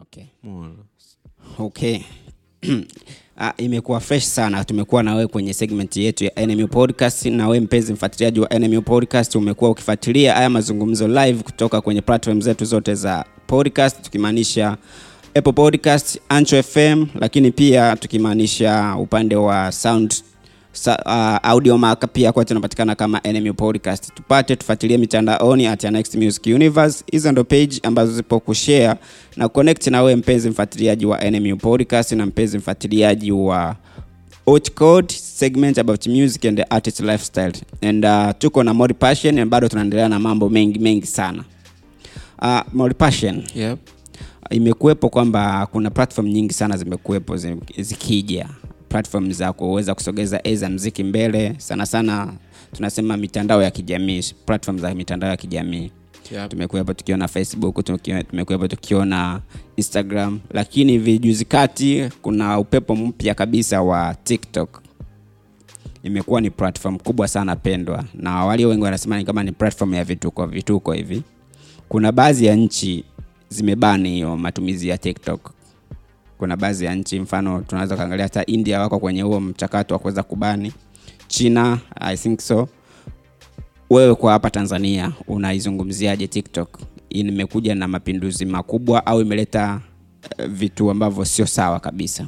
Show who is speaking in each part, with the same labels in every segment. Speaker 1: okay.
Speaker 2: Mwana.
Speaker 1: okay. Ah, imekuwa fresh sana tumekuwa na wewe kwenye segment yetu ya NMU podcast na wewe mpenzi mfuatiliaji wa NMU podcast umekuwa ukifuatilia haya mazungumzo live kutoka kwenye platform zetu zote za podcast tukimaanisha Apple Podcast, Ancho FM lakini pia tukimaanisha upande wa sound sa, uh, audio mark pia kwa tunapatikana kama NMU podcast. Tupate tufuatilie mitandaoni at Next Music Universe. Hizo ndo page ambazo zipo kushare na connect na wewe mpenzi mfuatiliaji wa NMU podcast na mpenzi mfuatiliaji wa Outcode segment about music and the artist lifestyle. And uh, tuko na More Passion na bado tunaendelea na mambo mengi mengi sana. Uh, More Passion
Speaker 2: Yep.
Speaker 1: imekuwepo kwamba kuna platform nyingi sana zimekuwepo zi- zikija platform za kuweza kusogeza eza mziki mbele sana sana tunasema mitandao ya kijamii platform za mitandao ya kijamii
Speaker 2: Yep.
Speaker 1: tumekuwepo tukiona facebook tukiwa- tumekuwepo tukiona instagram lakini hivi juzi kati kuna upepo mpya kabisa wa tiktok imekuwa ni platform kubwa sana pendwa na walio wengi wanasema ni kama ni platform ya vituko vituko hivi kuna baadhi ya nchi zimebani hiyo matumizi ya tiktok kuna baadhi ya nchi mfano tunaweza ukaangalia hata india wako kwenye huo mchakato wa kuweza kubani china i think so wewe kwa hapa tanzania unaizungumziaje tiktok imekuja na mapinduzi makubwa au imeleta eh, vitu ambavyo sio sawa kabisa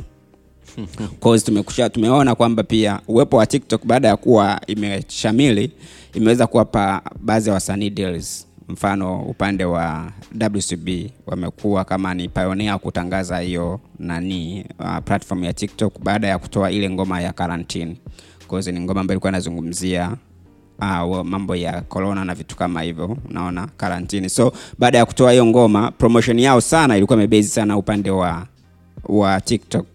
Speaker 1: Cause tumekusha tumeona kwamba pia uwepo wa TikTok baada ya kuwa imeshamili imeweza kuwapa baadhi ya wasanii deals. Mfano upande wa WCB wamekuwa kama ni pioneer kutangaza hiyo nani uh, platform ya TikTok baada ya kutoa ile ngoma ya Quarantine. Cause ni ngoma ambayo ilikuwa inazungumzia uh, wa- mambo ya corona na vitu kama hivyo, unaona karantini. So baada ya kutoa hiyo ngoma, promotion yao sana ilikuwa imebase sana upande wa wa TikTok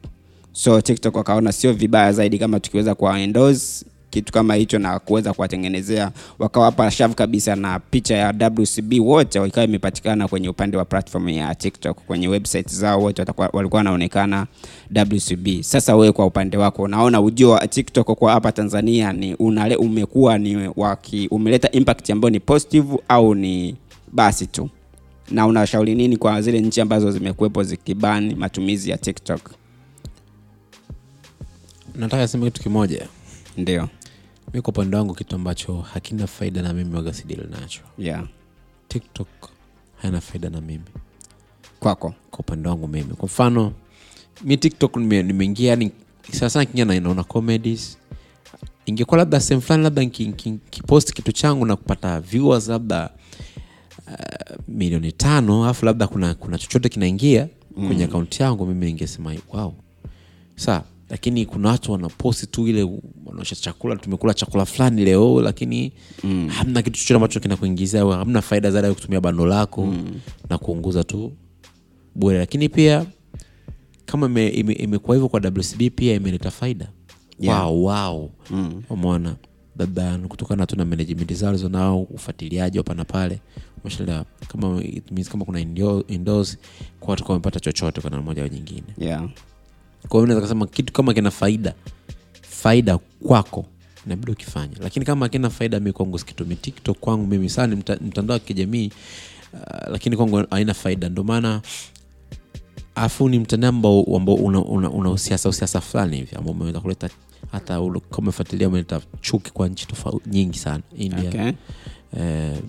Speaker 1: so tiktok wakaona sio vibaya zaidi kama tukiweza kuwa endorse kitu kama hicho na kuweza kuwatengenezea wakawapa shavu kabisa na picha ya wcb wote ikawa imepatikana kwenye upande wa platform ya tiktok kwenye website zao wote watakuwa- walikuwa wanaonekana wcb sasa wewe kwa upande wako unaona ujio wa tiktok kwa hapa tanzania ni unale, umekuwa ni waki, umeleta impact ambayo ni positive au ni basi tu na unashauri nini kwa zile nchi ambazo zimekuwepo zikibani matumizi ya tiktok
Speaker 2: nataka sema kitu kimoja
Speaker 1: ndio
Speaker 2: mi kwa upande wangu kitu ambacho hakina faida na mimi wagasidili nacho
Speaker 1: yeah.
Speaker 2: tiktok haina faida na mimi
Speaker 1: kwako
Speaker 2: kwa upande wangu mimi kwa mfano mi tiktok nime- nimeingia yani sanasana kingia na naona comedies ingekuwa labda sehemu fulani labda nki- nki- nkipost kitu changu na kupata viewers labda uh, milioni tano alafu labda kuna, kuna chochote kinaingia mm. kwenye akaunti yangu mimi ningesema wow saa lakini kuna watu wanaposti tu ile wanaosha chakula tumekula chakula fulani leo lakini mm. hamna kitu chochote ambacho kinakuingizia au hamna faida zaidi ya kutumia bando lako mm. na kuunguza tu bure lakini pia kama ime- ime- imekuwa hivyo kwa wcb pia imeleta faida yeah. wow, wow. Mm. umona labda ni kutokana tu na management zao walizonao ufuatiliaji hapa na pale umeshaelewa kama it means kama kuna indo- indoors kwa watu kwa wamepata chochote kwa namna moja au nyingine
Speaker 1: yeah.
Speaker 2: kwa hiyo naweza kasema kitu kama kina faida faida kwako inabidi ukifanya lakini kama akina faida mi kwangu sikitumii tiktok kwangu mimi saa ni mta, mtandao wa kijamii uh, lakini kwangu haina faida ndio maana afu ni mtandao ambao ambao una, una, una usiasa usiasa fulani hivi ambao umeweza kuleta hata ule- kama umefuatilia umeleta chuki kwa nchi tofauti nyingi sana india
Speaker 1: Okay.
Speaker 2: eh,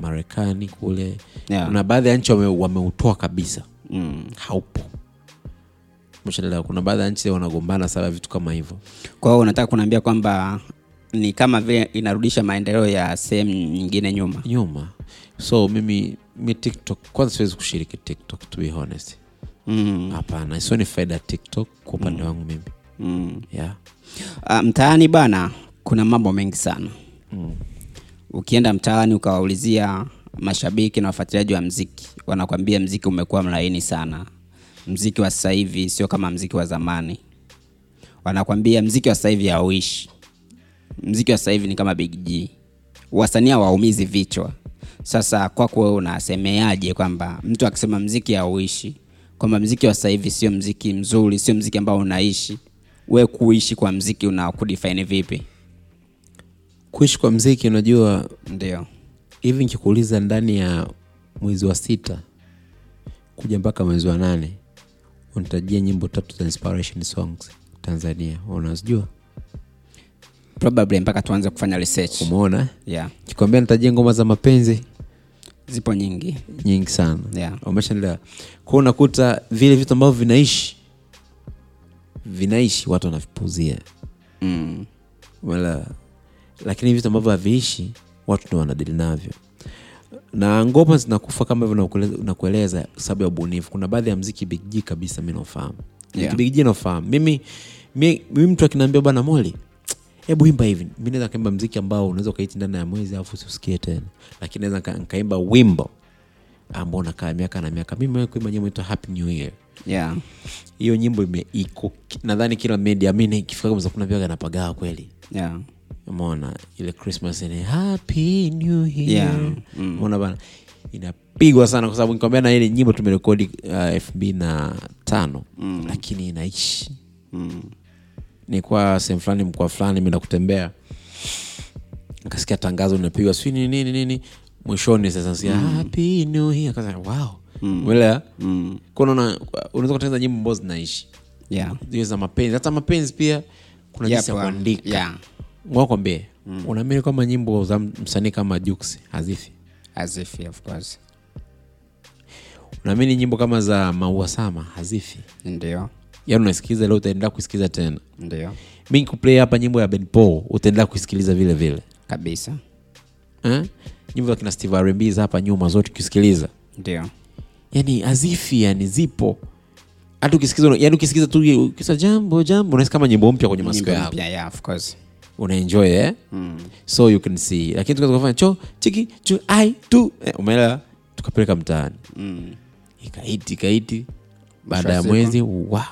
Speaker 2: marekani kule
Speaker 1: Yeah.
Speaker 2: kuna baadhi ya nchi wame- wameutoa kabisa
Speaker 1: Mm.
Speaker 2: haupo umeshaelewa kuna baadhi ya nchi wanagombana sana vitu kama hivyo
Speaker 1: kwa hiyo unataka kuniambia kwamba ni kama vile inarudisha maendeleo ya sehemu nyingine nyuma
Speaker 2: nyuma so mimi mi tiktok kwanza siwezi kushiriki tiktok to be honest
Speaker 1: mm.
Speaker 2: hapana mm. sioni faida ya tiktok kwa upande wangu mimi
Speaker 1: Mm.
Speaker 2: yeah.
Speaker 1: Uh, mtaani bana kuna mambo mengi sana mm. ukienda mtaani ukawaulizia mashabiki na wafuatiliaji wa mziki wanakwambia mziki umekuwa mlaini sana mziki wa sasa hivi sio kama mziki wa zamani wanakwambia mziki wa sasa hivi hauishi mziki wa sasa hivi ni kama big g wasanii hawaumizi vichwa sasa kwako wewe unasemeaje kwamba mtu akisema mziki hauishi kwamba mziki wa sasa hivi sio mziki mzuri sio mziki ambao unaishi we kuishi kwa mziki una kudefine vipi
Speaker 2: kuishi kwa mziki unajua
Speaker 1: ndio
Speaker 2: hivi nkikuuliza ndani ya mwezi wa sita kuja mpaka mwezi wa nane unitajia nyimbo tatu za inspiration songs tanzania unazijua
Speaker 1: probably mpaka tuanze kufanya research
Speaker 2: umeona eh?
Speaker 1: yeah
Speaker 2: kikwambia nitajia ngoma za mapenzi
Speaker 1: zipo nyingi
Speaker 2: nyingi sana
Speaker 1: Yeah.
Speaker 2: umeshaelewa kwao unakuta vile vitu ambavyo vinaishi vinaishi watu wanavipuzia
Speaker 1: mm.
Speaker 2: wala lakini vitu ambavyo haviishi watu ndo wanadili navyo na ngoma zinakufa kama hivyo nakule- nakueleza kwa sababu ya ubunifu kuna baadhi ya mziki bigji kabisa mi naufahamu
Speaker 1: Yeah.
Speaker 2: yeah. bigji naufahamu mimi mi mi mtu akinaambia bana moli hebu imba hivi mi naweza kaimba mziki ambao unaweza ukaiti ndani ya mwezi alafu usiusikie tena lakini naweza nka- nkaimba wimbo ambao unakaa miaka na miaka mimi kuimba nyimbo inaitwa happy new year
Speaker 1: yeah
Speaker 2: hiyo nyimbo ime- iko nadhani kila media mi ikifika kama saa kumi na mbili anapagawa kweli
Speaker 1: yeah
Speaker 2: umeona ile christmas ni happy new year
Speaker 1: Yeah, Mm.
Speaker 2: umeona bana inapigwa sana kwa sababu nikwambia na ile nyimbo tumerekodi uh, elfu mbili na tano mm. lakini inaishi
Speaker 1: mm.
Speaker 2: nikuwa sehemu fulani mkoa fulani menda kutembea nikasikia tangazo linapigwa sijui nini nini nini mwishoni sasa nasikia happy new year kaza wow umeelewa
Speaker 1: Mm.
Speaker 2: kwa unaona unaweza kutengeneza nyimbo ambazo zinaishi
Speaker 1: yeah
Speaker 2: hiyo za mapenzi hata mapenzi pia kuna
Speaker 1: Yeah,
Speaker 2: jinsi ya
Speaker 1: pa-
Speaker 2: kuandika
Speaker 1: yeah
Speaker 2: wakwambie mm. unaamini kwamba nyimbo za msanii kama Jux hazifi
Speaker 1: as if of course
Speaker 2: unaamini nyimbo kama za maua sama hazifi
Speaker 1: ndio
Speaker 2: yaani unasikiliza leo utaendelea kusikiliza tena
Speaker 1: ndio
Speaker 2: mi kuplay hapa nyimbo ya ben paul utaendelea kuisikiliza vile vile
Speaker 1: kabisa
Speaker 2: eh? nyimbo za kina steve R&B za hapa nyuma zote ukisikiliza
Speaker 1: ndio
Speaker 2: yani hazifi yani zipo hata ukisikiliza yani ukisikiliza tu ukisa jambo jambo unahisi kama nyimbo mpya kwenye masikio
Speaker 1: Nyimbo
Speaker 2: yako
Speaker 1: mpya, yeah of course
Speaker 2: unaenjoy eh? mm. so you can see lakini tukaweza kufanya cho chiki chu ai tu eh, umeelewa tukapeleka mtaani
Speaker 1: mm.
Speaker 2: ikaiti ikaiti baada ya
Speaker 1: Shazima.
Speaker 2: mwezi wa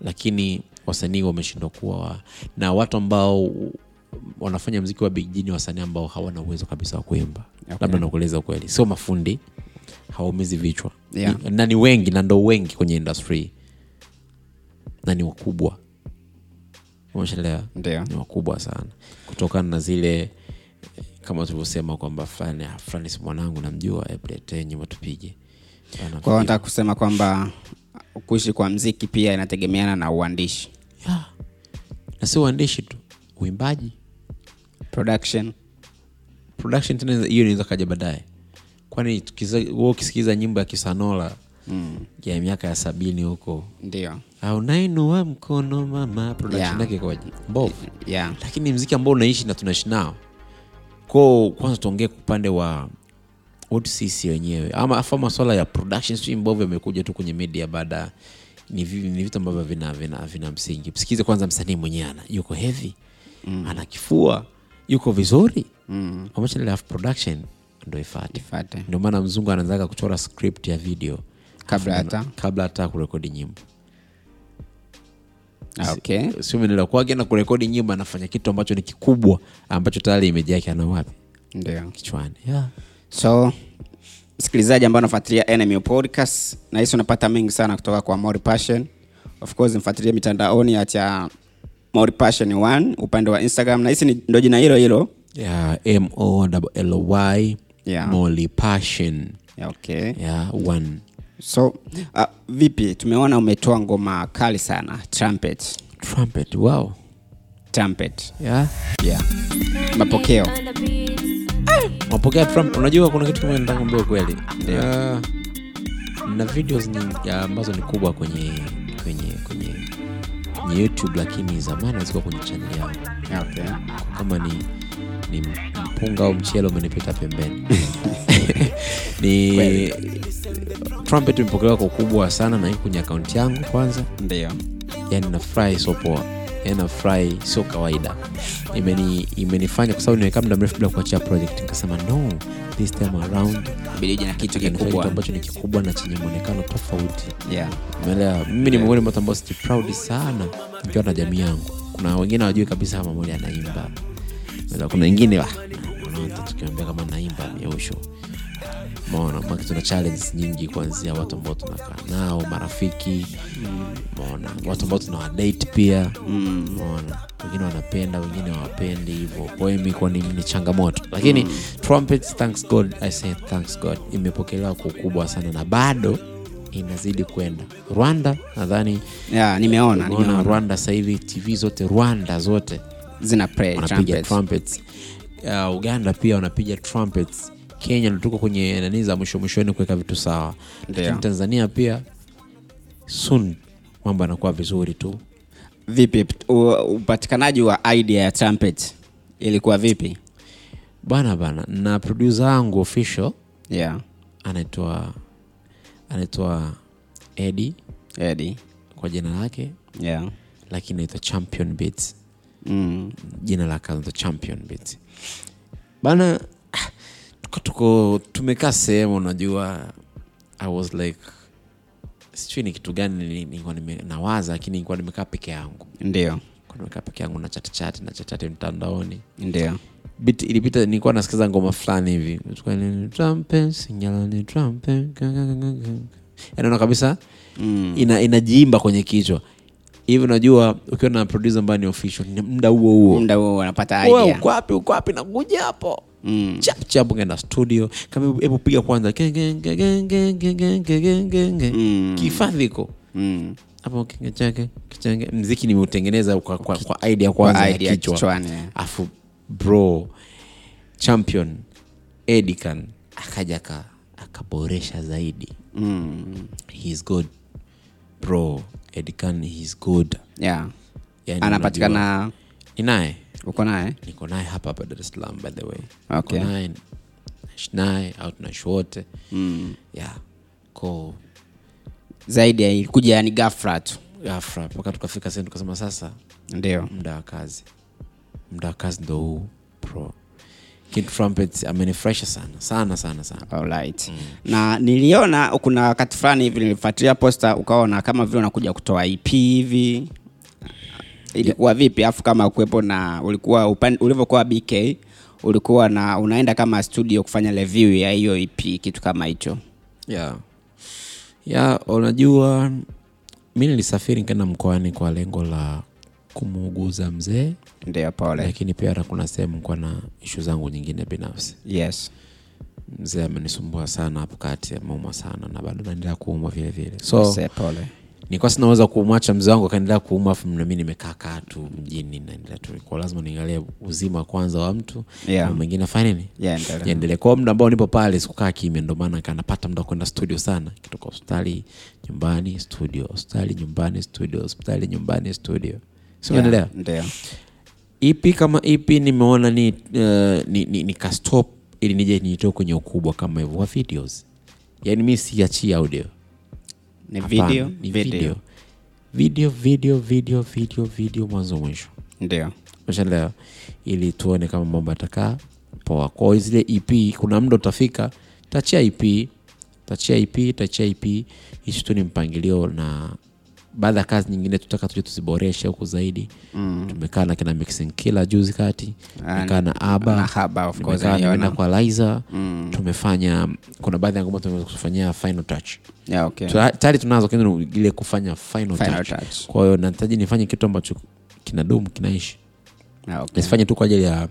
Speaker 2: lakini wasanii wameshindwa kuwa wa, na watu ambao wanafanya mziki wa big G ni wasanii ambao hawana uwezo kabisa wa kuimba
Speaker 1: Okay.
Speaker 2: labda nakueleza ukweli sio mafundi hawaumizi vichwa
Speaker 1: Yeah.
Speaker 2: Ni- na ni wengi na ndo wengi kwenye industry na ni wakubwa umeshaelewa
Speaker 1: ndio
Speaker 2: ni wakubwa sana kutokana na zile eh, kama tulivyosema kwamba fulani ah, fulani si mwanangu namjua eh, hebu letee nyuma tupige Bana,
Speaker 1: kwa hiyo nataka kusema kwamba kuishi kwa mziki pia inategemeana na uandishi
Speaker 2: yeah. na sio uandishi tu uimbaji
Speaker 1: production
Speaker 2: production tena hiyo inaweza kaja baadaye kwani tukiza- wewe ukisikiliza nyimbo ya kisanola mm. ya miaka ya sabini huko
Speaker 1: ndio
Speaker 2: au nainua mkono mama production
Speaker 1: Yeah.
Speaker 2: yake kwaje mbovu
Speaker 1: yeah
Speaker 2: lakini mziki ambao unaishi na tunaishi nao ko kwanza tuongee kwa upande wa wetu sisi wenyewe ama afa maswala ya production sijui ambavyo yamekuja tu kwenye media baada ni, vi- ni vitu ambavyo vina, vina, vina msingi msikize kwanza msanii mwenyewe ana yuko hevi mm. ana kifua yuko vizuri mm. alafu production ndo ifate
Speaker 1: ifate
Speaker 2: ndio maana mzungu anaanzaga kuchora script ya video
Speaker 1: Kabla
Speaker 2: Alafu
Speaker 1: hata.
Speaker 2: kabla hata ya kurekodi nyimbo
Speaker 1: okay
Speaker 2: simenelewa kwake na kurekodi nyimbo anafanya kitu ambacho ni kikubwa ambacho tayari imeji yake ana wapi
Speaker 1: ndio
Speaker 2: kichwani yeah.
Speaker 1: so msikilizaji ambao unafuatilia enemy podcast nahisi unapata mengi sana kutoka kwa mori passion of course mfuatilie mitandaoni hata mori passion 1 upande wa instagram nahisi ni- ndo jina hilo hilo
Speaker 2: Yeah, m-o-l-y
Speaker 1: Yeah.
Speaker 2: Molly passion
Speaker 1: yeah, okay
Speaker 2: yeah, one
Speaker 1: so uh, vipi tumeona umetoa ngoma kali sana trumpet
Speaker 2: trumpet wow
Speaker 1: trumpet
Speaker 2: yeah.
Speaker 1: yeah. mapokeo
Speaker 2: mapokea trumpet unajua kuna kitu kama nataka kuambia kweli yeah. na videos nyingi ya ambazo ni kubwa kwenye kwenye kwenye kwenye youtube lakini zamani zilikuwa kwenye chaneli yangu
Speaker 1: okay.
Speaker 2: kama ni, ni mpunga au mchele umenipita pembeni ni trumpet imepokelewa kwa ukubwa sana na iko kwenye akaunti yangu kwanza
Speaker 1: ndio
Speaker 2: yani nafurahi sio poa yani nafurahi sio kawaida imeni imenifanya kwa sababu nimekaa muda mrefu bila kuachia project nikasema no this time around
Speaker 1: bidiji na kitu
Speaker 2: nifanye kitu
Speaker 1: kikubwa
Speaker 2: ambacho ni kikubwa na chenye mwonekano tofauti
Speaker 1: yeah.
Speaker 2: umeelewa mimi ni miongoni mwa watu ambao siji proud sana nikiwa na jamii yangu kuna wengine hawajui kabisa kama moja anaimba Umeelewa? kuna wengine wa, wanaota tukiambia kama naimba miosho maona maki tuna challenges nyingi kuanzia watu ambao tunakaa nao marafiki maona watu ambao tunawadate pia maona wengine wanapenda wengine hawapendi hivyo kwa hiyo imekuwa ni, ni changamoto lakini mm. trumpets thanks god i say thanks god imepokelewa kwa ukubwa sana na bado inazidi kwenda rwanda nadhani
Speaker 1: yeah, nimeona
Speaker 2: unaona
Speaker 1: nimeona.
Speaker 2: rwanda sasa hivi tv zote rwanda zote
Speaker 1: zina play
Speaker 2: wanapiga
Speaker 1: trumpets.
Speaker 2: trumpets uh, uganda pia wanapiga trumpets kenya ndo tuko kwenye nani za mwisho mwishoni kuweka vitu sawa
Speaker 1: Ndio.
Speaker 2: lakini tanzania pia soon mambo yanakuwa vizuri tu
Speaker 1: vipi p- u- upatikanaji wa idea ya trumpet ilikuwa vipi
Speaker 2: bana bana na produsa wangu official
Speaker 1: yeah
Speaker 2: anaitwa anaitwa edi
Speaker 1: edi
Speaker 2: kwa jina lake
Speaker 1: yeah
Speaker 2: lakini naitwa champion beats
Speaker 1: mm.
Speaker 2: jina la kazi ndo champion bit bana ah, tuko, tuko tumekaa sehemu unajua i was like sijui ni kitu gani ni- nilikuwa nime- nawaza lakini nilikuwa nimekaa peke yangu
Speaker 1: ndio
Speaker 2: Nilikuwa nimekaa peke yangu na chatchati na chatchati mtandaoni
Speaker 1: ndio
Speaker 2: bit ilipita nilikuwa nasikiza ngoma fulani hivi Yaani Ilikuwa ni trumpet, signalani trumpet, ga- ga- ga- ga- ga. Yaani unaona kabisa
Speaker 1: mm.
Speaker 2: ina, inajiimba kwenye kichwa hivi unajua ukiwa na producer ambaye ni official ni muda huo huo
Speaker 1: muda huo wanapata
Speaker 2: Wewe
Speaker 1: idea
Speaker 2: uko wapi uko wapi nakuja hapo
Speaker 1: mm.
Speaker 2: chap chap ukaenda studio kama hebu- hebu piga kwanza Genge, genge, genge, genge, genge, genge.
Speaker 1: Mm.
Speaker 2: kihifadhi iko
Speaker 1: Mm.
Speaker 2: hapo kenge chake kichenge mziki nimeutengeneza kwa, kwa, kwa idea
Speaker 1: Kwa
Speaker 2: kwanza ya
Speaker 1: idea
Speaker 2: kichwa
Speaker 1: kichwani
Speaker 2: afu bro champion edican akaja aka- akaboresha zaidi
Speaker 1: mm.
Speaker 2: he's good bro edican he's good
Speaker 1: yeah
Speaker 2: yani unajua-
Speaker 1: anapatikana
Speaker 2: ni naye
Speaker 1: uko naye
Speaker 2: niko naye hapa hapa dar es salaam by the way
Speaker 1: Okay.
Speaker 2: Niko naye naishi naye au tunaishi wote
Speaker 1: mm.
Speaker 2: yeah. ko
Speaker 1: zaidi ya hii, kuja yani gafra tu
Speaker 2: afra mpaka tukafika sehemu tukasema sasa
Speaker 1: ndio
Speaker 2: muda wa kazi muda wa kazi ndo huu pro kid trumpet amenifresha sana sana sana sana
Speaker 1: Alright.
Speaker 2: Mm.
Speaker 1: na niliona kuna wakati fulani hivi nilifuatilia posta ukaona kama vile unakuja kutoa ep hivi ilikuwa vipi afu kama kuwepo na ulikuwa upan- ulivyokuwa bk ulikuwa na unaenda kama studio kufanya review ya hiyo ep kitu kama hicho
Speaker 2: yeah. ya unajua mi nilisafiri nikaenda mkoani kwa lengo la kumuuguza mzee
Speaker 1: ndio pole
Speaker 2: lakini pia hata kuna sehemu nikuwa na ishu zangu nyingine binafsi
Speaker 1: yes
Speaker 2: mzee amenisumbua sana hapo kati ameumwa sana na bado naendelea kuumwa vile vile so
Speaker 1: Se, pole
Speaker 2: nilikuwa sina uwezo wa kumwacha mzee wangu akaendelea kuumwa afu nami nimekaa kaa tu mjini naendelea tu kwa lazima niangalie uzima kwanza wa mtu
Speaker 1: Yeah.
Speaker 2: na mwingine afanye nini
Speaker 1: Yeah, endelea.
Speaker 2: yaendelee kwao muda ambao nipo pale sikukaa kimya ndio maana kaa napata muda wa kwenda studio sana kitoka hospitali nyumbani studio hospitali nyumbani studio hospitali nyumbani studio simaendelea
Speaker 1: Yeah, ndio
Speaker 2: ipi kama ipi nimeona ni, uh, ni, ni, ni kastop ili nije nitoe kwenye ukubwa kama hivyo wa videos yaani mi siachii audio
Speaker 1: ni
Speaker 2: Hapana,
Speaker 1: video
Speaker 2: ni video video video video video video mwanzo mwisho
Speaker 1: ndio
Speaker 2: meshaleo ili tuone kama mambo yatakaa poa kwao zile ep kuna muda utafika tachia ep tachia ep tachia ep hichi tu ni mpangilio na baadhi ya kazi nyingine tutaka tuje tuziboreshe huku zaidi mm. tumekaa na kina mixing kila juzi kati tumekaa na
Speaker 1: na
Speaker 2: aba
Speaker 1: haba of course
Speaker 2: tumekaa nimeenda
Speaker 1: niliona.
Speaker 2: kwa liza mm. tumefanya kuna baadhi ya ngoma tumeweza kufanyia final touch
Speaker 1: yeah, okay.
Speaker 2: Tuna- tayari tunazo lakini ni ile kufanya final,
Speaker 1: Final
Speaker 2: touch.
Speaker 1: touch.
Speaker 2: kwa hiyo nahitaji nifanye kitu ambacho kinadumu kinaishi
Speaker 1: Yeah, okay.
Speaker 2: nisifanye tu kwa ajili ya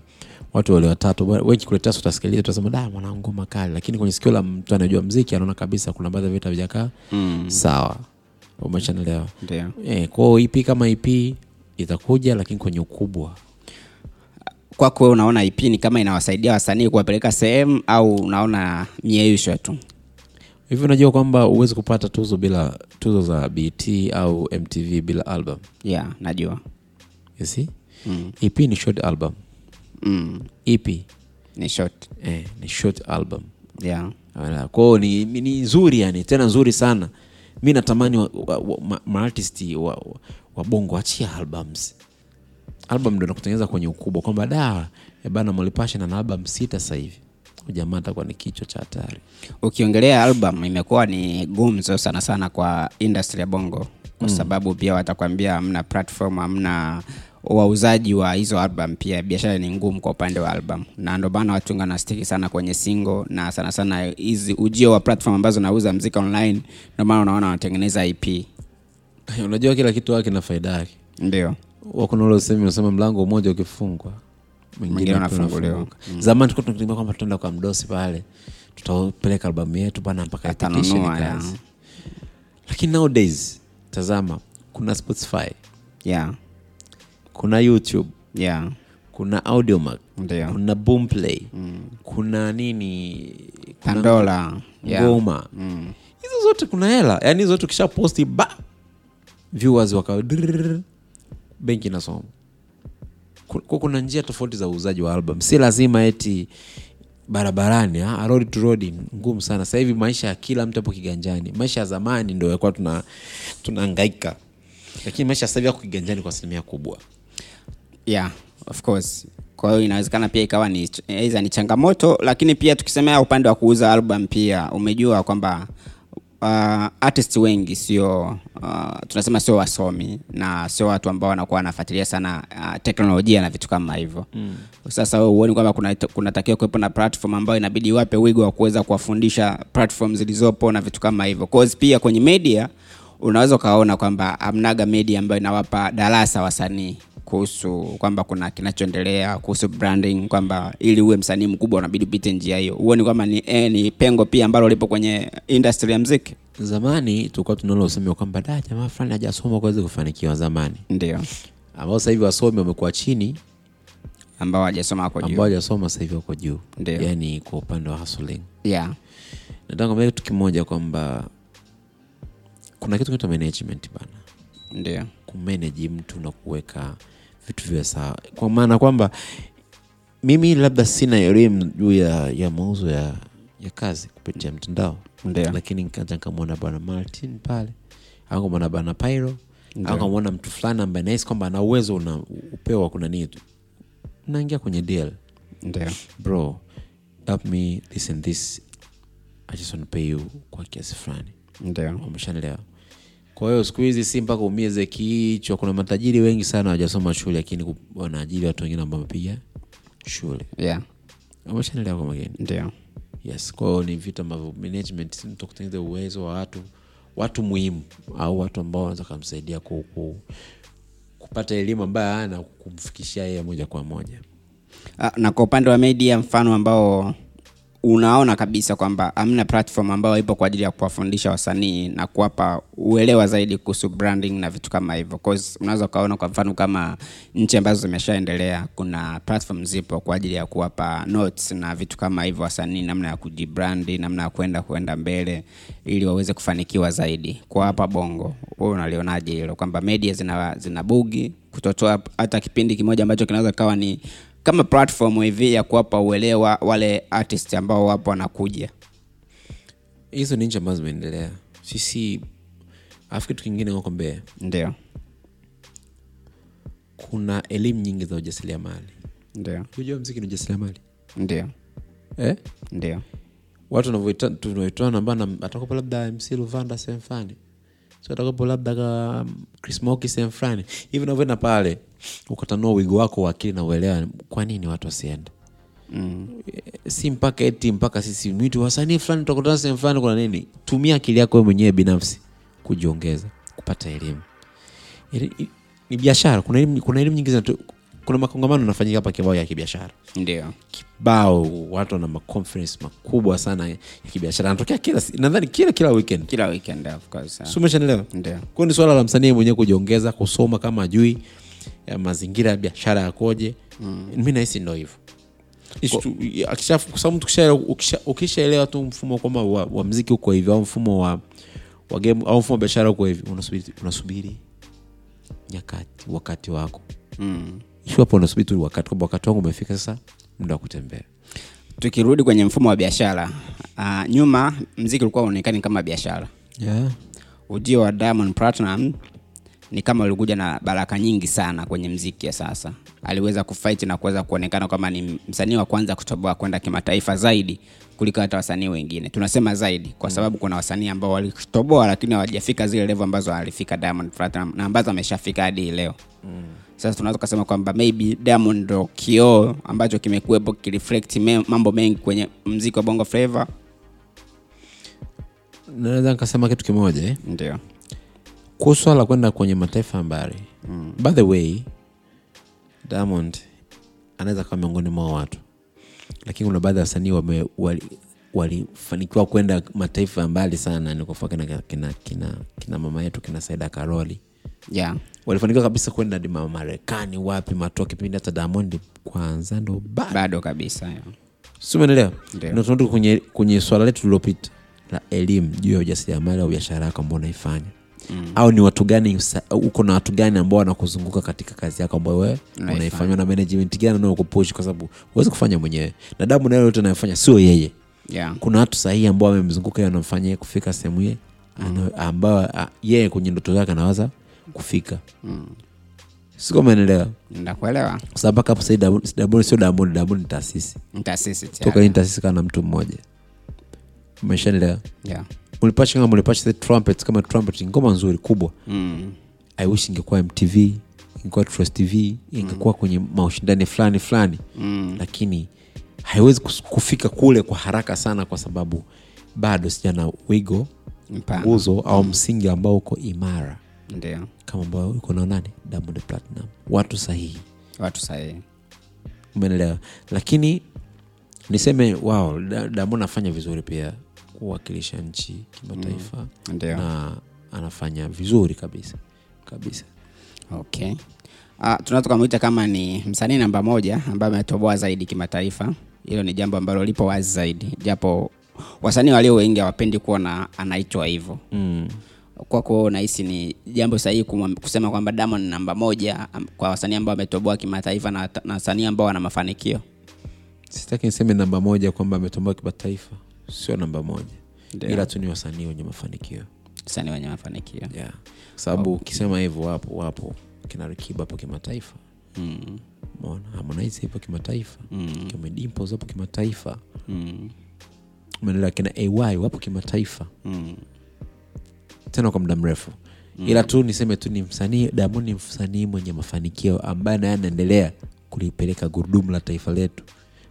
Speaker 2: watu wale watatu Bwana, we kikuletea su utasikiliza utasema da mwanangu makali lakini kwenye sikio la mtu anajua mziki anaona kabisa kuna baadhi ya vitu havijakaa mm. sawa umeshanelewa
Speaker 1: ndio
Speaker 2: e, kwao ip kama ip itakuja lakini kwenye ukubwa
Speaker 1: kwako wewe unaona ip ni kama inawasaidia wasanii kuwapeleka sehemu au unaona mieyusho tu
Speaker 2: hivi unajua kwamba huwezi kupata tuzo bila tuzo za bt au mtv bila album
Speaker 1: yeah najua
Speaker 2: you see mm. ep ni short album
Speaker 1: mm,
Speaker 2: ep
Speaker 1: ni short
Speaker 2: eh, ni short album
Speaker 1: yeah
Speaker 2: Wala, kwao ni, ni, ni nzuri yani tena nzuri sana mi natamani wa- wa- wa- ma- maartisti wa, wa, wa bongo achia albums album ndo nakutengeneza kwenye ukubwa kwamba da eh bana molipasha na album sita sasa hivi ujamaa atakuwa ni kichwa cha hatari
Speaker 1: ukiongelea album imekuwa ni gumzo sana sana kwa industry ya bongo kwa sababu pia watakwambia hamna platform hamna wauzaji wa hizo album pia biashara ni ngumu kwa upande wa album na ndio maana watu wengi wanastiki sana kwenye single na sana sana hizi ujio wa platform ambazo nauza mziki online ndio maana unaona wanatengeneza ip
Speaker 2: Eh, unajua kila kitu wake na faida yake
Speaker 1: ndio
Speaker 2: wakuna ule usemi unasema mlango mmoja ukifungwa
Speaker 1: Mwingine
Speaker 2: pia
Speaker 1: unafunguliwa. Mm.
Speaker 2: unafunguka. zamani tulikuwa tunategemea kwamba tutaenda kwa mdosi pale tutapeleka albamu yetu bana mpaka
Speaker 1: Atanunua,
Speaker 2: application
Speaker 1: ya.
Speaker 2: ikaanza. lakini nowadays tazama kuna spotify
Speaker 1: yeah
Speaker 2: kuna youtube
Speaker 1: yeah
Speaker 2: kuna audiomac
Speaker 1: Ndio.
Speaker 2: kuna boomplay mm. kuna nini kuna
Speaker 1: pandora yeah.
Speaker 2: ngoma mm. hizo zote kuna hela yaani hizo zote ukisha posti ba viewers wakawa drrrr, benki inasoma Ku- ku- kuna njia tofauti za uuzaji wa album si lazima eti barabarani ah, road to road ngumu sana sasa hivi maisha ya kila mtu hapo kiganjani maisha ya zamani ndo yakuwa tuna tunaangaika lakini maisha sasa hivi yako kiganjani kwa asilimia kubwa
Speaker 1: yeah of course kwa hiyo inawezekana pia ikawa ni aidha ni changamoto lakini pia tukisemea upande wa kuuza album pia umejua kwamba uh, artist wengi sio uh, tunasema sio wasomi na sio watu ambao wanakuwa wanafuatilia sana uh, teknolojia na vitu kama hivyo mm. sasa wewe huoni kwamba kuna- kunatakiwa kuwepo na platform ambayo inabidi wape wigo wa kuweza kuwafundisha platform zilizopo na vitu kama hivyo cause pia kwenye media unaweza ukaona kwamba amnaga media ambayo inawapa darasa wasanii kuhusu kwamba kuna kinachoendelea kuhusu branding kwamba ili uwe msanii mkubwa unabidi upite njia hiyo huoni kwamba ni, eh, ni pengo pia ambalo lipo kwenye industry ya mziki
Speaker 2: zamani tulikuwa tunalo usemi wa kwamba da jamaa fulani hajasoma kuweza kufanikiwa zamani
Speaker 1: ndio
Speaker 2: ambao sasa hivi wasomi wamekuwa chini
Speaker 1: ambao hawajasoma wako
Speaker 2: ambao
Speaker 1: juu
Speaker 2: hajasoma sasa hivi wako juu
Speaker 1: Ndio.
Speaker 2: yaani kwa upande wa hustling
Speaker 1: yeah.
Speaker 2: nataka kuambia kitu kimoja kwamba kuna kitu kinaitwa management bana
Speaker 1: ndio
Speaker 2: kumanage mtu na kuweka vitu viwe sawa kwa maana kwamba mimi labda sina elimu juu ya, ya mauzo ya, ya kazi kupitia mtandao
Speaker 1: Ndio.
Speaker 2: lakini nikaja nikamwona bwana martin pale au kamwona bwana pyro au kamwona mtu fulani ambaye nahisi kwamba ana uwezo una upewa kuna nitu naingia kwenye deal
Speaker 1: ndio
Speaker 2: bro help me this and this i just want to pay you kwa kiasi fulani
Speaker 1: ndio
Speaker 2: umeshanelewa kwa hiyo siku hizi si mpaka umieze kichwa kuna matajiri wengi sana wajasoma shule lakini ku- wanaajiri watu wengine ambao wamepiga shule
Speaker 1: yeah.
Speaker 2: umeshanelewa kwa mageni
Speaker 1: ndio
Speaker 2: yes kwa hiyo ni vitu ambavyo management si mtu kutengeneza uwezo wa watu watu muhimu au watu ambao wanaweza kumsaidia ku, ku, kupata elimu ambayo hana kumfikishia yeye moja kwa moja
Speaker 1: Ah, na kwa upande wa media mfano ambao unaona kabisa kwamba amna platform ambayo ipo kwa ajili ya kuwafundisha wasanii na kuwapa uelewa zaidi kuhusu branding na vitu kama hivyo 'Cause unaweza ukaona kwa mfano kama nchi ambazo zimeshaendelea kuna platform zipo kwa ajili ya kuwapa notes na vitu kama hivyo wasanii namna ya kujibrandi namna ya kwenda kuenda mbele ili waweze kufanikiwa zaidi kwa hapa bongo wewe unalionaje hilo kwamba media zina, zina bugi kutotoa hata kipindi kimoja ambacho kinaweza kawa ni kama platform hivi ya kuwapa uelewa wale artist ambao wapo wanakuja
Speaker 2: hizo ni nchi ambazo zimeendelea sisi afu kitu kingine nakwambia
Speaker 1: ndio
Speaker 2: kuna elimu nyingi za ujasiriamali
Speaker 1: ndio
Speaker 2: unajua mziki ni ujasiriamali
Speaker 1: ndio
Speaker 2: eh?
Speaker 1: ndio
Speaker 2: watu wanavyoita- tunavyoitana bana atakopo labda mc luvanda sehemu fulani so atakopo labda ka krismoki sehemu fulani hivi unavyoenda pale ukatanua wigo wako wa akili na uelewa kwa nini watu wasienda Eh, si mpaka eti mpaka sisi mwitu wasanii fulani tutakutana sehemu fulani kuna nini tumia akili yako wewe mwenyewe binafsi kujiongeza kupata elimu Eli- i- ni biashara kuna elimu, kuna elimu nyingi zinatu- kuna makongamano yanafanyika hapa kibao ya kibiashara
Speaker 1: ndio
Speaker 2: kibao watu wana maconference makubwa sana ya kibiashara anatokea kila si- nadhani kila kila weekend
Speaker 1: kila weekend of course eh.
Speaker 2: si umeshaelewa
Speaker 1: ndio
Speaker 2: kwao ni swala la msanii mwenyewe kujiongeza kusoma kama ajui ya mazingira ya biashara yakoje mm. mi nahisi ndo hivo kwasababu mtu kishaelewa- ukisha- ukishaelewa tu mfumo kwamba wa, wa mziki uko hivi au mfumo wa, wa game au mfumo wa biashara uko hivi unasubiri, unasubiri nyakati wakati wako mm. iwapo unasubiri tu wakati kwamba wakati wangu umefika sasa muda wa kutembea
Speaker 1: tukirudi kwenye mfumo wa biashara uh, nyuma mziki ulikuwa uonekani kama biashara
Speaker 2: yeah.
Speaker 1: ujio wa Diamond Platinum ni kama ulikuja na baraka nyingi sana kwenye mziki ya sasa. Aliweza kufight na kuweza kuonekana kama ni msanii wa kwanza kutoboa kwenda kimataifa zaidi kuliko hata wasanii wengine. Tunasema zaidi kwa sababu kuna wasanii ambao walitoboa lakini hawajafika zile level ambazo alifika Diamond Platinum na ambazo ameshafika hadi hii leo. sasa tunaweza tukasema kwamba maybe diamond ndo kioo ambacho kimekuwepo kireflect me, mambo mengi kwenye mziki wa bongo flava
Speaker 2: naweza nikasema kitu kimoja eh?
Speaker 1: ndio
Speaker 2: kuhusu swala la kwenda kwenye mataifa ya mbali mm. by the way diamond anaweza kawa miongoni mwa watu lakini kuna baadhi ya wasanii wame- wali- walifanikiwa kwenda mataifa ya mbali sana nikufua kina, kina, kina, kina mama yetu kina saida karoli
Speaker 1: yeah.
Speaker 2: walifanikiwa kabisa kwenda hadi ma- marekani wapi matoa kipindi hata diamond kwanza ndo bado
Speaker 1: bado kabisa yeah.
Speaker 2: simenelewa
Speaker 1: Ndio.
Speaker 2: tunarudi kwenye, kwenye swala letu lilopita la elimu juu ya ujasiriamali au biashara yako ambao unaifanya mm. au ni watu gani usa- uko na watu gani ambao wanakuzunguka katika kazi yako ambayo wewe
Speaker 1: Unaifanya.
Speaker 2: unaifanywa na management gani unaokupush kwa sababu huwezi kufanya mwenyewe na damu nayo yote anayofanya sio yeye
Speaker 1: Yeah.
Speaker 2: kuna watu sahihi ambao wamemzunguka yeye wanamfanya yeye kufika sehemu hiye mm. ambayo a- yeye kwenye ndoto zake anawaza kufika mm. siko umeelewa
Speaker 1: ndakuelewa
Speaker 2: kwa sababu mpaka hapo sahii Diamond- Diamond sio Diamond Diamond ni taasisi
Speaker 1: ntasisi
Speaker 2: toka hii taasisi kana mtu mmoja umeshanelewa
Speaker 1: yeah.
Speaker 2: mlipacha kama mlipacha the trumpet kama trumpet ngoma nzuri kubwa
Speaker 1: mm.
Speaker 2: i wish ingekuwa mtv ingekuwa trust tv ingekuwa kwenye maushindani fulani fulani mm. lakini haiwezi kus- kufika kule kwa haraka sana kwa sababu bado sijana wigo
Speaker 1: mpana
Speaker 2: nguzo au msingi ambao uko imara
Speaker 1: ndio
Speaker 2: kama ambao uko na nani diamond platinum watu sahihi
Speaker 1: watu sahihi
Speaker 2: umeelewa lakini niseme wao damo anafanya vizuri pia kuwakilisha nchi kimataifa
Speaker 1: Mm, ndio.
Speaker 2: na anafanya vizuri kabisa kabisa
Speaker 1: okay uh, tunaweza tukamwita kama ni msanii namba moja ambaye ametoboa zaidi kimataifa hilo ni jambo ambalo lipo wazi zaidi japo wasanii walio wengi hawapendi kuona anaitwa hivyo mm. kwako wewe unahisi ni jambo sahihi kumwam- kusema kwamba Diamond ni namba moja am- kwa wasanii ambao wametoboa kimataifa na, na wasanii ambao wana mafanikio
Speaker 2: sitaki niseme namba moja kwamba ametomboa kimataifa sio namba moja
Speaker 1: Ndio.
Speaker 2: ila tu ni wasanii wenye mafanikio
Speaker 1: wasanii wenye mafanikio
Speaker 2: yeah. kwa sababu ukisema hivyo wapo wapo kina rikiba hapo kimataifa
Speaker 1: mm.
Speaker 2: mona harmonize ipo kimataifa mm. kimedimpos wapo kimataifa
Speaker 1: Mm.
Speaker 2: umeelewa kina ay wapo kimataifa
Speaker 1: Mm.
Speaker 2: tena kwa muda mrefu mm. ila tu niseme tu ni msanii damu ni msanii mwenye mafanikio ambaye naye anaendelea kulipeleka gurudumu la taifa letu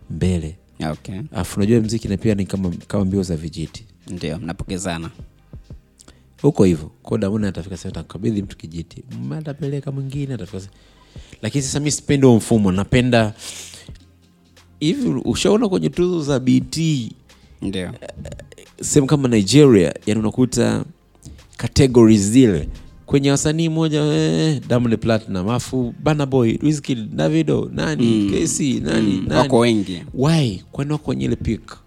Speaker 2: mbele
Speaker 1: okay
Speaker 2: afu unajua mziki na pia ni kama, kama mbio za vijiti
Speaker 1: ndio mnapokezana
Speaker 2: huko hivyo ko damuni atafika sehemu atakabidhi mtu kijiti Mm, atapeleka mwingine atafika se- lakini sasa mi sipendi huo mfumo napenda hivi ushaona kwenye tuzo za bt
Speaker 1: ndio
Speaker 2: Eh, sehemu kama nigeria yani unakuta categories zile kwenye wasanii moja eh, Diamond platinum afu banaboy Wizkid, davido nani mm. kesi nani, mm. nani
Speaker 1: wako wengi
Speaker 2: why kwani wako kwenye ile pik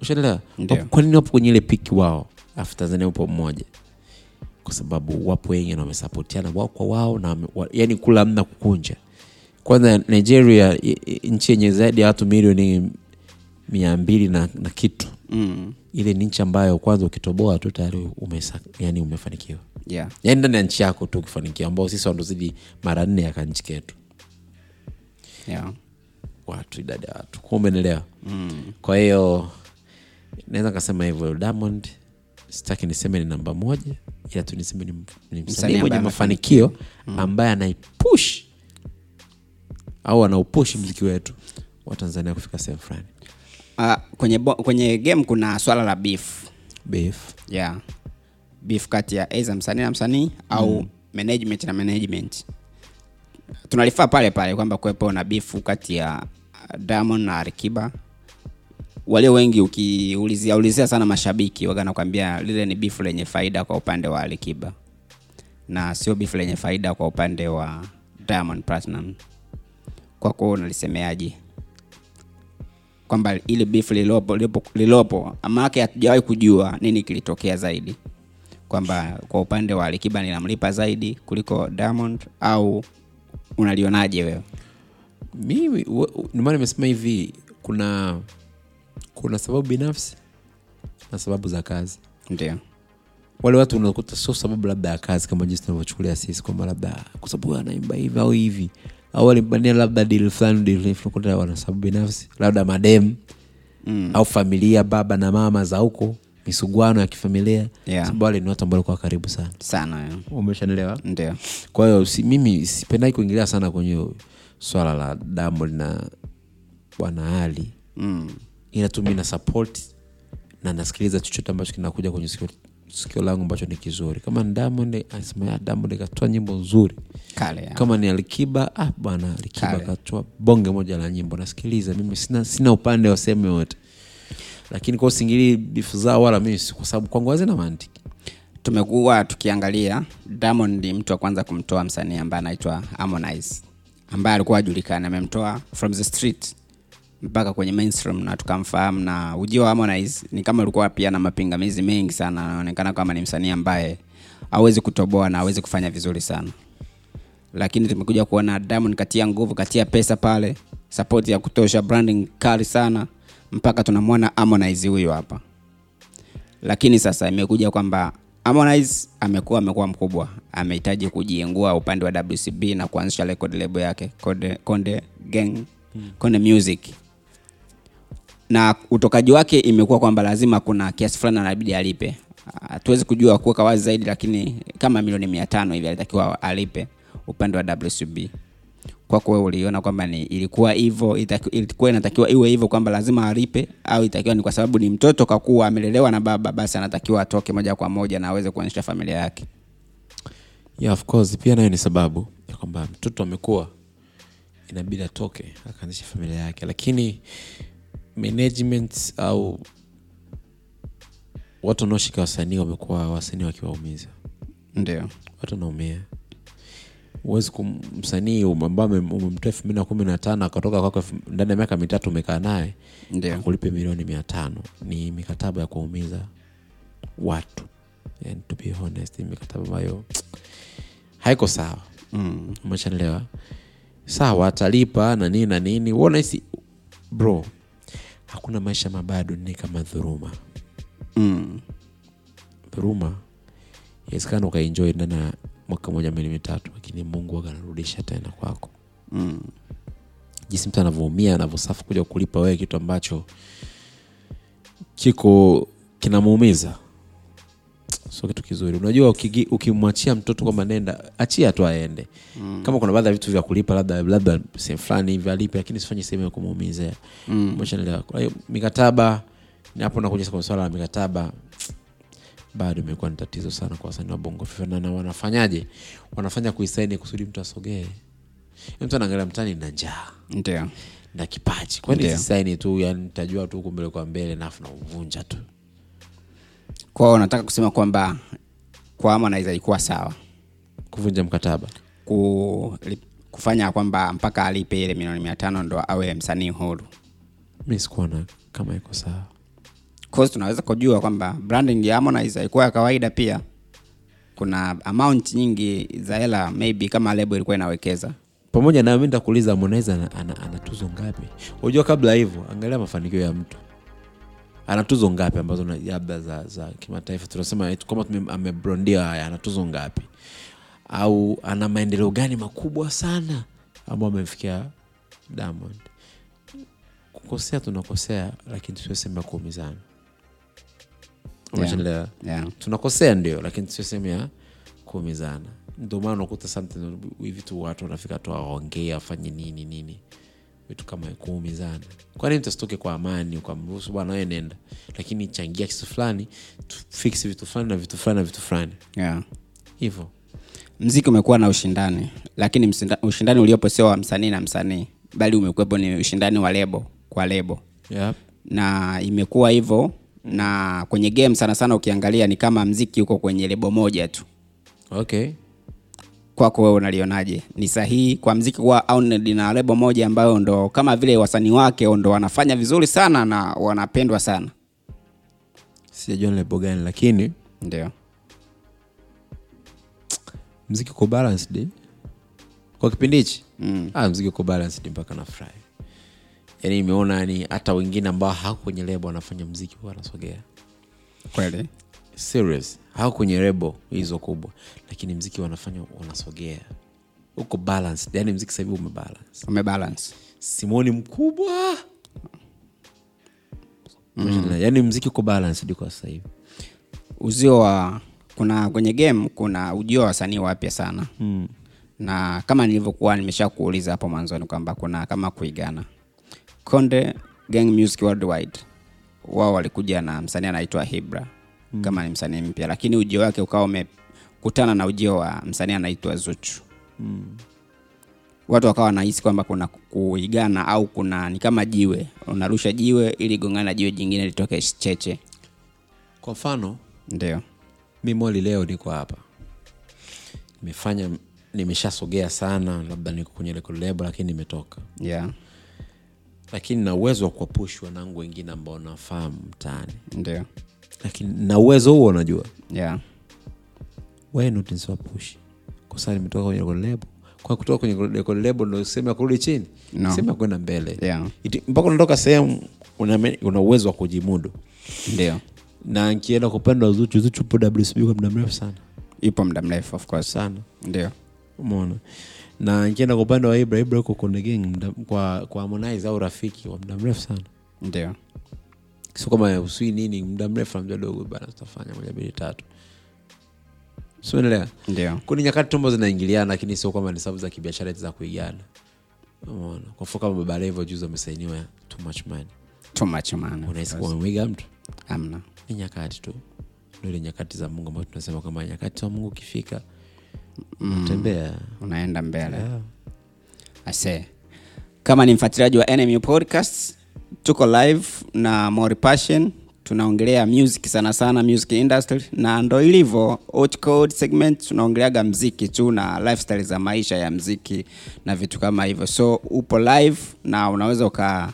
Speaker 2: ushaelewa
Speaker 1: Ndio.
Speaker 2: Wapo- kwanini wapo kwenye ile pik wao afu tanzania upo mmoja kwa sababu wapo wengi na wamesapotiana wao kwa wao na wame, wa, yani kula mna kukunja kwanza nigeria i- i- nchi yenye zaidi ya watu milioni mia mbili na, na kitu
Speaker 1: mm.
Speaker 2: ile ni nchi ambayo kwanza ukitoboa tu tayari umesa, yani umefanikiwa
Speaker 1: yeah.
Speaker 2: yani ndani ya nchi yako tu ukifanikiwa ambao sisi wandozidi mara nne ya kanchi ketu
Speaker 1: yeah.
Speaker 2: watu idadi ya watu kuwa umenelewa mm. kwa hiyo naweza kasema hivyo diamond sitaki niseme ni namba moja ila tu niseme ni, ni msanii
Speaker 1: ambaye
Speaker 2: mwenye mafanikio ambaye anaipush au anaupush mziki wetu wa tanzania kufika sehemu fulani
Speaker 1: Ah, kwenye, bo- kwenye game kuna swala la beef
Speaker 2: bf
Speaker 1: yeah. beef kati ya aidha msanii na msanii au management na management tunalifaa pale pale kwamba kuwepo na beef kati ya ah, Diamond na Alikiba walio wengi ukiulizia ulizia sana mashabiki waga nakwambia lile ni beef lenye faida kwa upande wa Alikiba na sio beef lenye faida kwa upande wa Diamond Platinum kwako wewe unalisemeaje kwamba ile beef lilopo, lilopo, lilopo maanake hatujawahi kujua nini kilitokea zaidi kwamba kwa upande wa Alikiba ninamlipa zaidi kuliko Diamond au unalionaje wewe?
Speaker 2: mimi ndomana nimesema hivi kuna kuna sababu binafsi na sababu za kazi
Speaker 1: Ndio,
Speaker 2: wale watu unakuta sio sababu labda ya kazi kama jinsi tunavyochukulia sisi kwamba labda kwa sababu huyu anaimba hivi au hivi au walimpania labda dili fulani dili fulani kuta wana sababu binafsi labda madem mm. au familia baba na mama za huko misuguano ya kifamilia
Speaker 1: Yeah.
Speaker 2: sababu wale ni watu ambao walikuwa karibu sana
Speaker 1: sana eh.
Speaker 2: umeshanielewa
Speaker 1: ndio
Speaker 2: kwa hiyo si, mimi sipendai kuingilia sana kwenye swala la Diamond na bwana ali
Speaker 1: mm.
Speaker 2: ila tu mi na support na nasikiliza chochote ambacho kinakuja kwenye sikio, sikio langu ambacho ni kizuri kama ni Diamond asema "Ah, Diamond katoa nyimbo nzuri
Speaker 1: kale ya.
Speaker 2: kama ni Alikiba ah, bwana Alikiba
Speaker 1: Kale.
Speaker 2: katoa bonge moja la nyimbo nasikiliza mimi sina, sina upande wa sehemu yoyote lakini kwa usingili bifu zao wala mimi si- kwa sababu kwangu hazina mantiki
Speaker 1: tumekuwa tukiangalia Diamond ni mtu wa kwanza kumtoa msanii ambaye anaitwa Harmonize ambaye alikuwa ajulikana amemtoa from the street mpaka kwenye mainstream na tukamfahamu na ujio wa Harmonize ni kama ulikuwa pia na mapingamizi mengi sana anaonekana kama ni msanii ambaye hawezi kutoboa na hawezi kufanya vizuri sana lakini tumekuja kuona Diamond katia nguvu katia pesa pale support ya kutosha branding kali sana mpaka tunamwona Harmonize huyu hapa lakini sasa imekuja kwamba Harmonize amekuwa amekuwa mkubwa, amehitaji kujiengua upande wa WCB na kuanzisha record label yake Konde, Konde Gang, Konde Music na utokaji wake imekuwa kwamba lazima kuna kiasi fulani anabidi alipe. Hatuwezi kujua kuweka wazi zaidi, lakini kama milioni mia tano hivi alitakiwa alipe upande wa WCB. Kwako wewe uliona kwamba ni ilikuwa hivyo, itaki- ilikuwa inatakiwa iwe hivyo kwamba lazima alipe, au itakiwa ni kwa sababu ni mtoto kakuwa amelelewa na baba, basi anatakiwa atoke moja kwa moja na aweze kuonyesha familia yake.
Speaker 2: yeah, of course pia nayo ni sababu ya kwamba mtoto amekuwa inabidi atoke akaanzisha familia yake lakini management au watu wanaoshika wasanii wamekuwa wasanii wakiwaumiza
Speaker 1: Ndio,
Speaker 2: watu wanaumia huwezi kum- msanii um- ambaye umem- umemtoa elfu mbili na kumi na tano akatoka kwako elfu- ndani ya miaka mitatu umekaa naye
Speaker 1: ndio,
Speaker 2: akulipe milioni mia tano ni mikataba ya kuwaumiza watu And to be honest, ni mikataba ambayo haiko sawa
Speaker 1: mm,
Speaker 2: umeshanielewa sawa atalipa na nini na nini Wewe unahisi bro hakuna maisha mabaya duniani kama dhuruma
Speaker 1: mm,
Speaker 2: dhuruma iwezekana ukaenjoy ndani ya mwaka moja mbili mitatu lakini mungu akanarudisha tena kwako
Speaker 1: mm,
Speaker 2: jinsi mtu anavyoumia anavyosafa kuja kulipa wewe kitu ambacho kiko kinamuumiza sio kitu kizuri unajua ukigi- ukimwachia mtoto kwamba nenda achia tu aende mm. kama kuna baadhi ya vitu vya kulipa labda labda sehemu fulani hivi alipe lakini sifanye sehemu ya kumuumizia
Speaker 1: mm,
Speaker 2: umeshaelewa kwa hiyo mikataba ni hapo nakuja kwenye swala la mikataba bado imekuwa ni tatizo sana kwa wasanii wa bongo Flava. na na wanafanyaje wanafanya kuisaini kusudi mtu asogee mtu anaangalia mtani na njaa
Speaker 1: ndio,
Speaker 2: na kipaji kwani
Speaker 1: Ndio.
Speaker 2: sisaini tu yani nitajua tu huku mbele kwa mbele nafu nauvunja tu
Speaker 1: kwao unataka kusema kwamba kwa Harmonize alikuwa sawa
Speaker 2: kuvunja mkataba
Speaker 1: ku, kufanya kwamba mpaka alipe ile milioni mia tano ndo awe msanii huru
Speaker 2: mi sikuona kama iko sawa
Speaker 1: cause tunaweza kujua kwamba branding ya Harmonize haikuwa ya kawaida pia kuna amount nyingi za hela maybe kama lebo ilikuwa inawekeza
Speaker 2: pamoja nayo mi nitakuuliza harmonize ana, ana, ana tuzo ngapi unajua kabla hivyo angalia mafanikio ya mtu ana tuzo ngapi ambazo na- labda za, za kimataifa tunasema eti kama tume- amebrondia haya ana tuzo ngapi au ana maendeleo gani makubwa sana ambao amemfikia diamond kukosea tunakosea lakini tusiosema kuumizana umeshaelewa
Speaker 1: yeah.
Speaker 2: tunakosea ndio lakini sio sehemu ya kuumizana ndio maana unakuta sometimes hivi tu watu wanafika tu aongee afanye nini nini vitu kama kuumizana kwani mtasitoke kwa amani ukamruhusu bwana wewe nenda lakini changia kitu fulani tufix vitu fulani na vitu fulani na vitu fulani
Speaker 1: Yeah.
Speaker 2: hivyo
Speaker 1: mziki umekuwa na ushindani lakini msinda- ushindani uliopo sio wa msanii na msanii bali umekuwepo ni ushindani wa lebo kwa lebo
Speaker 2: yep.
Speaker 1: na imekuwa hivyo na kwenye game sana sana ukiangalia ni kama mziki uko kwenye lebo moja tu
Speaker 2: okay
Speaker 1: kwako wewe unalionaje ni sahihi kwa mziki kuwa owned na lebo moja ambayo ndo kama vile wasanii wake ndo wanafanya vizuri sana na wanapendwa sana
Speaker 2: sijajua ni lebo gani lakini
Speaker 1: ndio
Speaker 2: mziki uko balanced eh? kwa kipindi hichi mm. ah, mziki uko balanced mpaka na fry yaani imeona ni hata wengine ambao hawako kwenye lebo wanafanya mziki huwa wanasogea
Speaker 1: kweli
Speaker 2: serious hawako kwenye lebo hizo kubwa lakini mziki wanafanya wanasogea uko balanced yaani mziki sahivi umebalance
Speaker 1: umebalance
Speaker 2: simoni mkubwa mm. yaani mziki uko balanced kwa sasahivi
Speaker 1: uzio wa kuna kwenye game kuna ujio wa wasanii wapya sana mm. na kama nilivyokuwa nimesha kuuliza hapo mwanzoni kwamba kuna kama kuigana konde gang music worldwide wao walikuja na msanii anaitwa hibra mm. kama ni msanii mpya lakini ujio wake ukawa umekutana na ujio wa msanii anaitwa zuchu watu wakawa wanahisi kwamba kuna kuigana au kuna ni kama jiwe unarusha jiwe ili gongana jiwe jingine litoke cheche
Speaker 2: kwa mfano
Speaker 1: ndio
Speaker 2: mi moli leo niko hapa nimefanya nimeshasogea sana labda niko kwenye record label lakini nimetoka
Speaker 1: yeah.
Speaker 2: lakini na uwezo wa kuwapush wanangu wengine ambao nafahamu mtaani
Speaker 1: ndio
Speaker 2: lakini na uwezo huo unajua
Speaker 1: yeah.
Speaker 2: wenot nisiwapushi kwa saa nimetoka kwenye record label kwa kutoka kwenye record label ndo sehemu ya kurudi chini
Speaker 1: No.
Speaker 2: sehemu ya kwenda mbele
Speaker 1: Yeah.
Speaker 2: Iti- mpaka unatoka sehemu una- una uwezo wa kujimudu
Speaker 1: ndio
Speaker 2: na nkienda kwa upande wa zuchu zuchu po wcb kwa muda mrefu sana
Speaker 1: ipo muda mrefu of course
Speaker 2: sana
Speaker 1: ndio
Speaker 2: umeona na nkienda kwa upande wa ibra ibra huko konde gang mda- kwa, kwa harmonize au rafiki wa muda mrefu sana
Speaker 1: ndio
Speaker 2: sio kama usui nini muda mrefu namjua dogo bana tutafanya moja mbili tatu simenelewa
Speaker 1: ndio
Speaker 2: kuni nyakati tumbo zinaingiliana lakini sio kwamba ni sababu za kibiashara eti za kuigana umeona kwa mfano kama baba levo juzi wamesainiwa too much money
Speaker 1: too much maana
Speaker 2: unahisi kuwa wamemwiga mtu
Speaker 1: amna
Speaker 2: ni nyakati tu ndo ile nyakati za mungu ambayo tunasema kwamba nyakati za mungu ukifika unatembea
Speaker 1: unaenda mbele ase kama ni mfuatiliaji wa NMU podcast tuko live na Mori Passion tunaongelea music sana sana music industry na ndo ilivyo Hot code segment tunaongeleaga mziki tu na lifestyle za maisha ya mziki na vitu kama hivyo so upo live na unaweza uka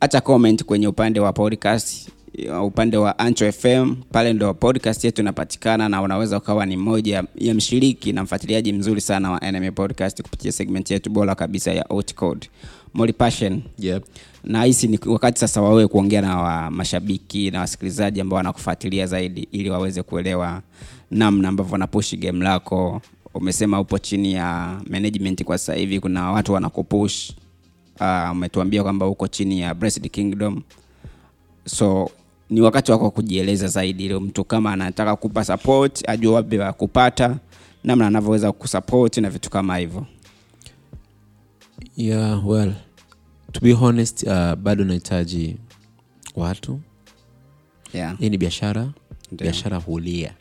Speaker 1: acha comment kwenye upande wa podcast ya upande wa Ancho FM pale ndo podcast yetu inapatikana na unaweza ukawa ni moja ya mshiriki na mfuatiliaji mzuri sana wa NMA podcast kupitia segment yetu bora kabisa ya Outcode. Mori Passion.
Speaker 2: yep.
Speaker 1: Na hisi ni wakati sasa wawe kuongea na wa mashabiki na wasikilizaji ambao wanakufuatilia zaidi ili waweze kuelewa namna ambavyo wanapush game lako. Umesema upo chini ya management kwa sasa hivi kuna watu wanakupush. Ah, umetuambia kwamba uko chini ya Blessed Kingdom so ni wakati wako wa kujieleza zaidi ili mtu kama anataka kupa support ajue wapi wa kupata namna anavyoweza kusupport na vitu kama hivyo
Speaker 2: yeah, well to be honest uh, bado nahitaji watu
Speaker 1: yeah.
Speaker 2: hii ni biashara
Speaker 1: Ndio.
Speaker 2: biashara hulia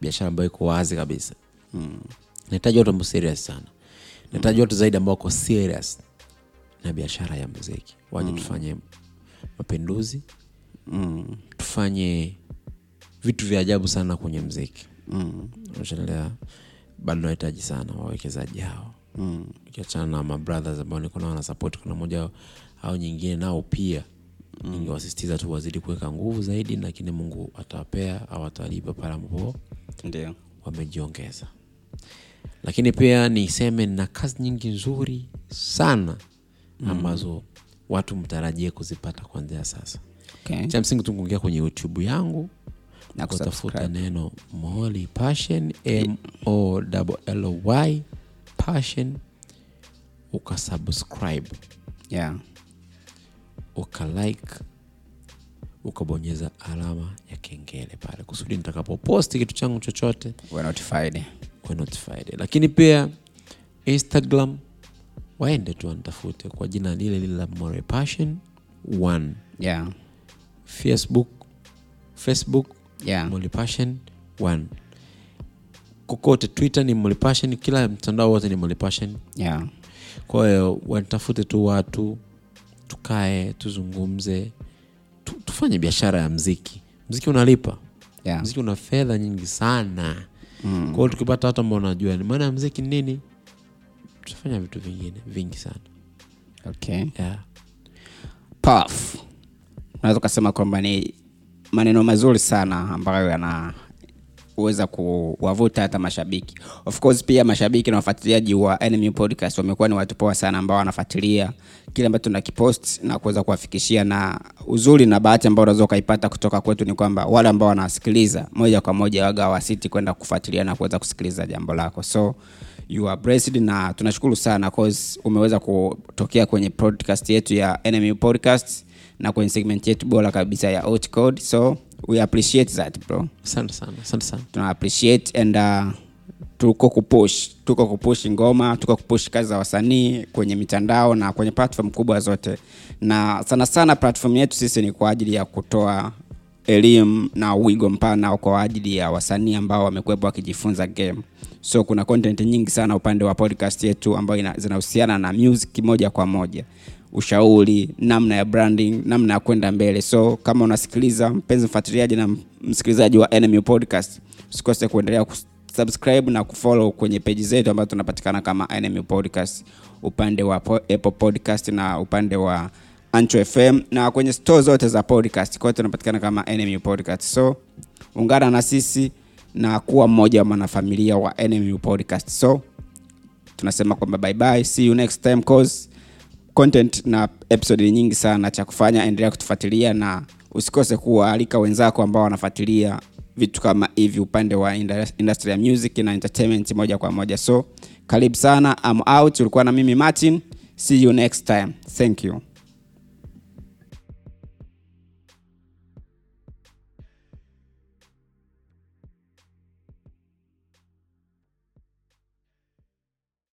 Speaker 2: biashara ambayo iko wazi kabisa mm. nahitaji watu ambao serious sana nahitaji watu zaidi ambao wako serious na biashara ya muziki waje mm. tufanye mapinduzi mm. tufanye vitu vya ajabu sana kwenye mziki mm. bado nahitaji sana wawekezaji hao mm. kiachana na mabrothers ambao niko nao wanasapoti kuna moja au nyingine nao pia mm. ningewasisitiza tu wazidi kuweka nguvu zaidi lakini mungu atawapea au atawalipa pale ambapo
Speaker 1: ndio
Speaker 2: wamejiongeza lakini pia niseme na kazi nyingi nzuri sana Mm. ambazo watu mtarajie kuzipata kuanzia sasa
Speaker 1: okay.
Speaker 2: cha msingi tu kuingia kwenye youtube yangu
Speaker 1: Na
Speaker 2: na kutafuta neno moli passion moly passion ukasubscribe
Speaker 1: yeah.
Speaker 2: ukalike ukabonyeza alama ya kengele pale kusudi nitakapoposti kitu changu chochote
Speaker 1: We're notified
Speaker 2: uwe notified lakini pia instagram waende tu wanitafute kwa jina lile lile la more passion one
Speaker 1: yeah.
Speaker 2: facebook facebook
Speaker 1: Yeah.
Speaker 2: Molly Passion one kokote twitter ni Molly Passion kila mtandao wote ni Molly Passion
Speaker 1: Yeah.
Speaker 2: kwa hiyo watafute tu watu tukae tuzungumze tu, tufanye biashara ya mziki mziki unalipa
Speaker 1: Yeah.
Speaker 2: mziki una fedha nyingi sana mm. kwa hiyo tukipata watu ambao wanajua ni maana ya mziki ni nini tutafanya vitu vingine vingi sana
Speaker 1: Okay.
Speaker 2: yeah.
Speaker 1: Puff. Unaweza ukasema kwamba ni maneno mazuri sana ambayo yanaweza kuwavuta hata mashabiki. Of course pia mashabiki na wafuatiliaji wa NMU podcast wamekuwa ni watu poa sana ambao wanafuatilia kile ambacho tunakipost na kuweza kuwafikishia, na uzuri na bahati ambao unaweza ukaipata kutoka kwetu ni kwamba wale ambao wanasikiliza moja kwa moja waga wasiti kwenda kufuatilia na kuweza kusikiliza jambo lako, so you are blessed na tunashukuru sana cause umeweza kutokea kwenye podcast yetu ya NMU podcast na kwenye segment yetu bora kabisa ya Hot Code. So we appreciate that bro
Speaker 2: asante sana asante sana
Speaker 1: tuna appreciate and uh, tuko kupush tuko kupush ngoma tuko kupush kazi za wasanii kwenye mitandao na kwenye platform kubwa zote na sana sana platform yetu sisi ni kwa ajili ya kutoa elimu na wigo mpana kwa ajili ya wasanii ambao wamekuwepo wakijifunza game so kuna content nyingi sana upande wa podcast yetu ambayo ina- zinahusiana na music moja kwa moja ushauri namna ya branding namna ya kwenda mbele so kama unasikiliza mpenzi mfuatiliaji na msikilizaji wa NMU podcast usikose kuendelea kus- subscribe na kufollow kwenye peji zetu ambazo tunapatikana kama NMU podcast upande wa po- apple podcast na upande wa Ancho FM na kwenye store zote za podcast kote tunapatikana kama NMU podcast so ungana na sisi na kuwa mmoja wa mwanafamilia wa NMU podcast so tunasema kwamba bye bye see you next time cause content na episode ni nyingi sana cha kufanya endelea kutufuatilia na usikose kuwaalika wenzako ambao wanafuatilia vitu kama hivi upande wa indus- industry ya music na entertainment moja kwa moja so karibu sana I'm out ulikuwa na mimi martin see you next time thank you